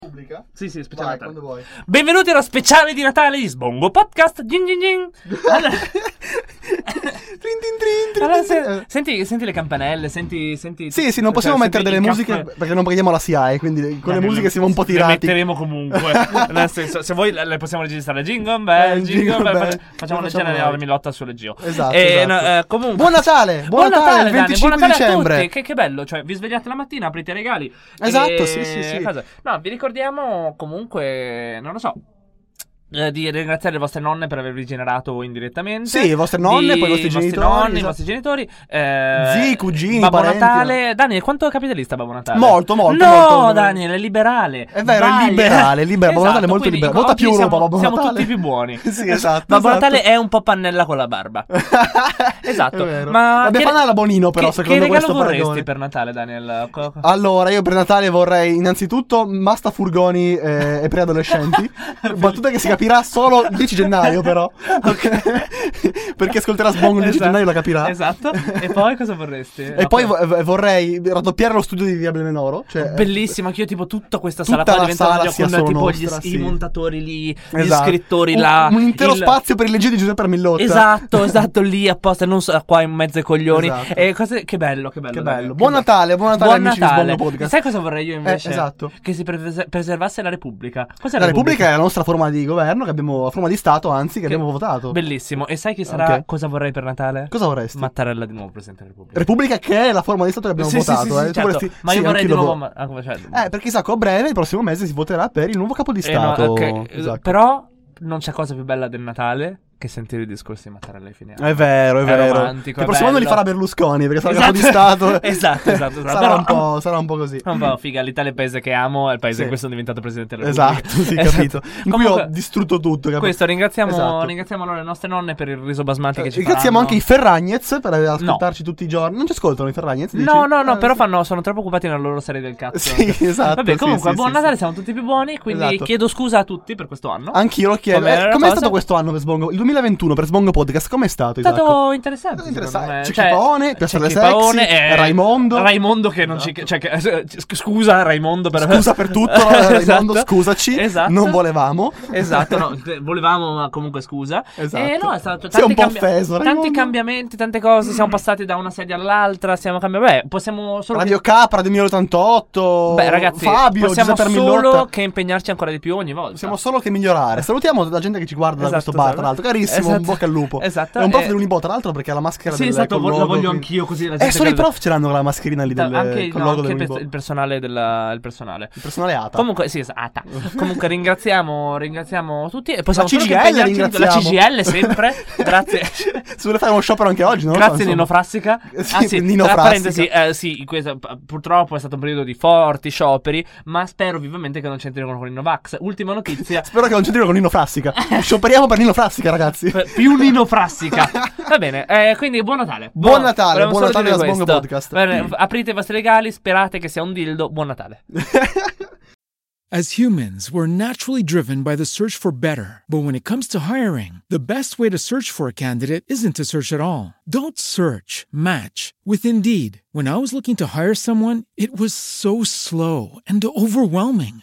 pubblica? Sì, sì, speciale Vai, di quando Natale. vuoi. Benvenuti allo speciale di Natale di Sbongo Podcast. Gin, gin, gin. Allora, Trin, tin, trin, trin, allora, tin, tin. se- senti, senti le campanelle, senti, senti Sì, sì, non possiamo cioè, mettere senti delle il musiche caffè. perché non paghiamo la SIAE, quindi le- con Eh, le musiche siamo un po' Le tirati. metteremo comunque. Nel senso, se voi le possiamo registrare Jingle Bell, Eh, Jingle Jingle Bell, fa- Bell. Facciamo Lo una facciamo genere noi. alla milotta sulle Gio. Esatto, Eh, esatto. no, eh, comunque. Buon Natale, buon Natale, il Dani, 25 buon Natale A dicembre. tutti. Che, che bello, cioè vi svegliate la mattina, aprite i regali. Esatto, E- sì, sì, sì. cosa- No, vi ricordiamo comunque, non lo so. eh, Di ringraziare le vostre nonne per avervi generato indirettamente. Sì, le vostre nonne, Di- poi i vostri genitori, nonni, i esatto. vostri genitori. eh, Zii, cugini, Babbo parenti, Natale. Daniel, quanto è capitalista Babbo Natale? Molto, molto, No, molto. Daniel, è liberale. È vero, è Sbaglia. liberale, è libero, Babbo Natale è molto quindi liberale. Vota oggi più Europa, siamo- Babbo siamo Natale. tutti più buoni. Sì, esatto, Babbo esatto. Natale è un po' pannella con la barba. esatto. È vero. Ma Vabbè, che- pannella Bonino, però, che- secondo che regalo questo vorresti paragone. Ah, per Natale, Daniel? Co- co- Allora, io per Natale vorrei innanzitutto Masta Furgoni eh, e preadolescenti. battuta che si capirà solo il 10 gennaio, però. Ok. Perché ascolterà Sbongo il 10 Esatto, gennaio e la capirà. Esatto. E poi cosa vorresti? E poi vo- eh, vorrei raddoppiare lo studio di Via Menoro. Cioè, Bellissima, Eh, che io tipo tutta questa Tutta sala qua la diventa sala una- sia con solo tipo nostra, gli, i sì. montatori lì, Esatto. gli scrittori Un- là. Un intero il- spazio per il legge di Giuseppe Armillotta. Esatto, esatto, lì apposta, non so, qua in mezzo ai coglioni. Esatto. E cose- che bello, che bello. Che dai, bello. Buon Natale, buon Natale, amici di Sbongo Podcast. Sai cosa vorrei io invece? Eh, esatto. Che si prese- preservasse la Repubblica. Cos'è La Repubblica è la nostra forma di governo, che abbiamo, la forma di Stato, anzi, che, Che- abbiamo votato. Bellissimo. E sai che sarà Ok. cosa vorrei per Natale? Cosa vorresti? Mattarella di nuovo Presidente della Repubblica. Repubblica che è la forma di Stato che abbiamo Sì, sì, votato. sì, eh. sì, Tu certo. vorresti- Ma sì, io vorrei di anch'io lo nuovo. vo- ma- ah, come- cioè- Eh, perché chissà, a breve, il prossimo mese, si voterà per il nuovo capo di Eh, no, Stato. ok. Esatto. Però non c'è cosa più bella del Natale che sentire i discorsi di Mattarella ai fine anno. È vero, è È vero. romantico, è Il prossimo anno li bello. farà Berlusconi perché sarà il Esatto. capo di Stato. Esatto, esatto, esatto. Sarà, Però- un po', sarà un po' così. Un po' figa, l'Italia è il paese che amo, è il paese Sì. in cui sono diventato presidente della Repubblica. Esatto, sì, Esatto. capito. In cui Comunque- ho distrutto tutto. Capito? Questo ringraziamo, Esatto. ringraziamo allora le nostre nonne per il riso basmati che Eh, ci Ringraziamo faranno. anche i Ferragnez per ascoltarci tutti i giorni. Non ci ascoltano i Ferragnez? dici? No, no, no, Eh, però sì. fanno, sono troppo occupati nella loro serie del cazzo. Sì, esatto. Vabbè, sì, comunque, sì, buon sì, Natale, sì. siamo tutti più buoni, quindi Esatto. chiedo scusa a tutti per questo anno. Anch'io lo chiedo. Com'era Eh, la Com'è cosa? stato questo anno per Sbongo? Il 2021 per Sbongo Podcast, com'è È stato? Isacco? stato interessante. esatto. È interessante. secondo me. Cioè, C'è Chipaone, Piazza delle Sexy, Chipaone, eh, Raimondo. Esatto. Raimondo che non ci. Cioè, che- eh, sc- scusa, Raimondo per. Scusa per tutto, Raimondo, scusaci, Esatto. non volevamo. Esatto, no, te- volevamo, ma comunque scusa. Esatto. Eh, no, è stato. Sei tanti un po' cambi- offeso, Tanti Raimondo. cambiamenti, tante cose. Siamo passati da una sedia all'altra. Siamo cambiati. Beh, possiamo solo. Radio Capra 2088. Beh, ragazzi, Fabio, possiamo Giuseppe solo Armillotta. che impegnarci ancora di più ogni volta. Possiamo solo che migliorare. Salutiamo la gente che ci guarda da questo bar, tra l'altro. Carissimo, Esatto. un bocca al lupo. Esatto. È un prof eh, dell'Unibo, tra l'altro, perché ha la maschera Sì, del esatto, col vo- la logo, voglio quindi- anch'io così la Eh, gente solo i vede- prof ce l'hanno la mascherina lì del, anche, col no, anche logo il, dell'Unibo. pers- il personale della- il personale. Il personale ATA. Comunque, sì, es- ah, ta. Comunque ringraziamo, ringraziamo tutti e possiamo La solo che CGIL impegnarci di- ringraziamo. La CGL sempre. grazie. Se vuole fare uno sciopero anche oggi, no? Grazie Nino Frassica. Sì, ah, sì, Nino tra Frassica. parentesi, eh, sì, questo, p- purtroppo è stato un periodo di forti scioperi, ma spero vivamente che non c'entrino con i Novax. Ultima notizia, Spero che non c'entrino con Nino Frassica. Scioperiamo per Nino Frassica, ragazzi. P- più Nino Frassica. Va bene, eh, quindi buon Natale. Buon Natale, volevamo solo buon Natale dire da Sbongo questo. Podcast. Va bene, aprite i vostri regali, sperate che sia un dildo. Buon Natale. As humans, we're naturally driven by the search for better. But when it comes to hiring, the best way to search for a candidate isn't to search at all. Don't search, match with Indeed. When I was looking to hire someone, it was so slow and overwhelming.